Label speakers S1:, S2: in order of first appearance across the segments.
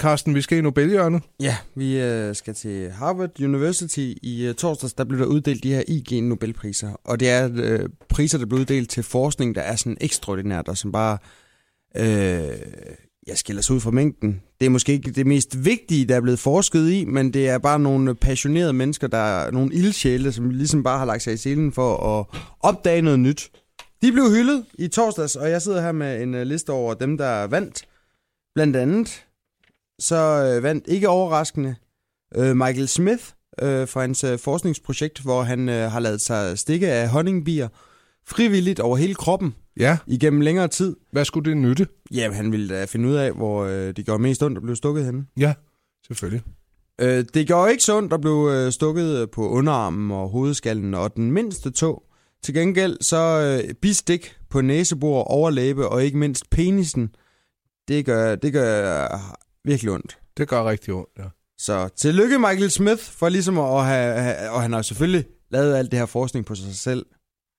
S1: Carsten, vi skal i Nobelhjørnet.
S2: Ja, vi øh, skal til Harvard University. I øh, torsdags der blev der uddelt de her IG Nobelpriser, og det er øh, priser, der blev uddelt til forskning, der er sådan ekstraordinært, og som bare øh, jeg skiller sig ud fra mængden. Det er måske ikke det mest vigtige, der er blevet forsket i, men det er bare nogle passionerede mennesker, der er nogle ildsjæle, som ligesom bare har lagt sig i selen for at opdage noget nyt. De blev hyldet i torsdags, og jeg sidder her med en øh, liste over dem, der vandt. Blandt andet så øh, vandt ikke overraskende øh, Michael Smith øh, fra hans øh, forskningsprojekt, hvor han øh, har lavet sig stikke af honningbier frivilligt over hele kroppen
S1: Ja,
S2: igennem længere tid.
S1: hvad skulle det nytte?
S2: Jamen, han ville da finde ud af, hvor øh, det gjorde mest ondt at blive stukket henne.
S1: Ja, selvfølgelig.
S2: Øh, det gjorde ikke så ondt at blive øh, stukket på underarmen og hovedskallen og den mindste tog. Til gengæld så øh, bistik på næsebor, overlæbe og ikke mindst penisen. Det gør, det gør virkelig ondt.
S1: Det gør rigtig ondt, ja.
S2: Så tillykke Michael Smith for ligesom at have, have og han har selvfølgelig lavet alt det her forskning på sig selv.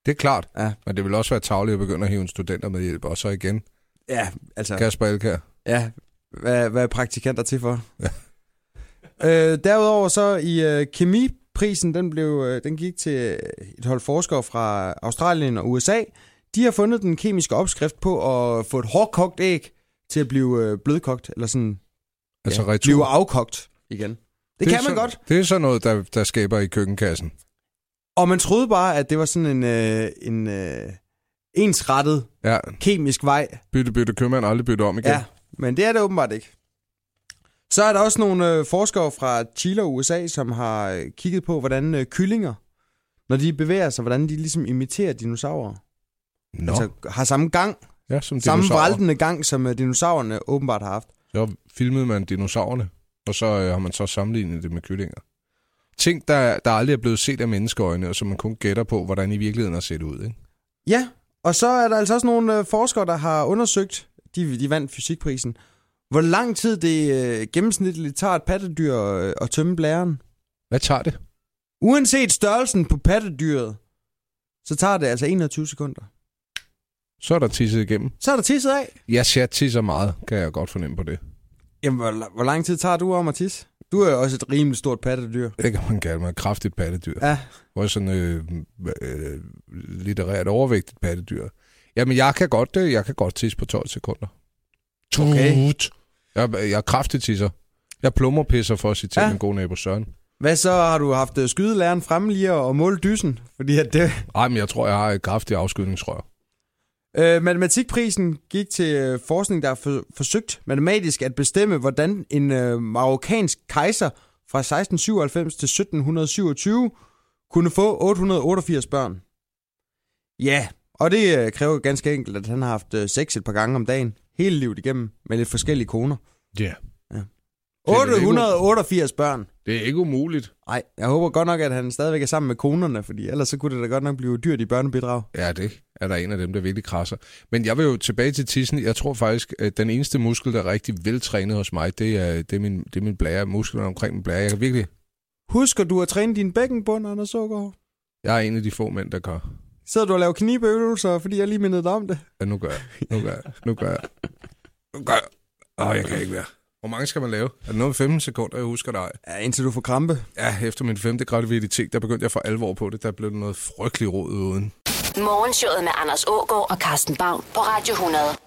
S1: Det er klart,
S2: Ja.
S1: men det vil også være tavligt at begynde at hive en studenter med hjælp, og så igen
S2: Ja, altså,
S1: Kasper Elkær.
S2: ja, hvad, hvad er praktikanter til for? øh, derudover så i øh, kemiprisen, den, blev, øh, den gik til et hold forskere fra Australien og USA. De har fundet den kemiske opskrift på at få et hårdkogt æg til at blive øh, blødkogt, eller sådan
S1: Altså
S2: ja,
S1: retur.
S2: blive afkogt igen. Det, det kan
S1: er
S2: man
S1: sådan,
S2: godt.
S1: Det er sådan noget, der, der skaber i køkkenkassen.
S2: Og man troede bare, at det var sådan en, øh, en øh, ensrettet
S1: Ja,
S2: kemisk vej.
S1: bytte, bytte, købmand, aldrig bytte om igen.
S2: Ja, men det er det åbenbart ikke. Så er der også nogle øh, forskere fra Chile og USA, som har øh, kigget på, hvordan øh, kyllinger, når de bevæger sig, hvordan de ligesom imiterer dinosaurer.
S1: Nå, altså,
S2: Altså har samme gang,
S1: ja, som
S2: samme
S1: dinosaurer.
S2: vraltende gang, som øh, dinosaurerne åbenbart har haft.
S1: Så filmede man dinosaurerne, og så øh, har man så sammenlignet det med kyllinger. Ting, der, der aldrig er blevet set af menneskeøjne, og som man kun gætter på, hvordan i virkeligheden har set ud. Ikke?
S2: Ja, og så er der altså også nogle øh, forskere, der har undersøgt, de, de vandt fysikprisen, hvor lang tid det øh, gennemsnitligt tager et pattedyr øh, at tømme blæren.
S1: Hvad tager det?
S2: Uanset størrelsen på pattedyret, så tager det altså 21 sekunder.
S1: Så er der tisset igennem.
S2: Så er der tisset af.
S1: Jeg ser tisser meget, kan jeg godt fornemme på det.
S2: Jamen, hvor, hvor lang tid tager du om at tisse? Du er jo også et rimelig stort pattedyr.
S1: Det kan man kalde mig et kraftigt pattedyr.
S2: Ja.
S1: Hvor sådan øh, øh, litterært overvægtigt pattedyr. Jamen, jeg kan godt, øh, jeg kan godt tisse på 12 sekunder. Tut.
S2: Okay.
S1: Jeg, jeg er kraftig tisser. Jeg plummer pisser for at citere
S2: Ja.
S1: ja. min gode nabo Søren.
S2: Hvad så har du haft øh, skydelæren fremme lige og og måle dysen? Fordi at det...
S1: Ej, men jeg tror, jeg har et kraftigt afskydningsrør.
S2: Øh, matematikprisen gik til øh, forskning, der har for, forsøgt matematisk at bestemme, hvordan en øh, marokkansk kejser fra 1697 til 1727 kunne få 888 børn. Ja, og det øh, kræver ganske enkelt, at han har haft øh, sex et par gange om dagen, hele livet igennem, med lidt forskellige koner.
S1: Yeah. Det er vel ikke u-
S2: 888 børn.
S1: Det er ikke umuligt.
S2: Nej, jeg håber godt nok, at han stadigvæk er sammen med konerne, fordi ellers så kunne det da godt nok blive dyrt i børnebidrag.
S1: Ja, det er der en af dem, der virkelig krasser. Men jeg vil jo tilbage til tissen. Jeg tror faktisk, at den eneste muskel, der er rigtig veltrænet hos mig, det er, det er, min, det er min blære, musklerne omkring min blære. Jeg kan virkelig...
S2: Husker du at træne din bækkenbund, Anders Søgaard?
S1: Jeg er en af de få mænd, der gør.
S2: Sidder du og laver knibeøvelser, fordi jeg lige mindede dig om det?
S1: Ja, nu gør jeg. Nu gør jeg. Nu gør jeg. Nu gør jeg. Åh, jeg kan ikke være. Hvor mange skal man lave? Er det noget med 15 sekunder, jeg husker dig?
S2: Ja, indtil du får krampe.
S1: Ja, efter min femte graviditet, der begyndte jeg for alvor på det. Der blev det noget frygtelig råd uden.
S3: Morgenshowet med Anders Ågaard og Carsten Baum på Radio 100.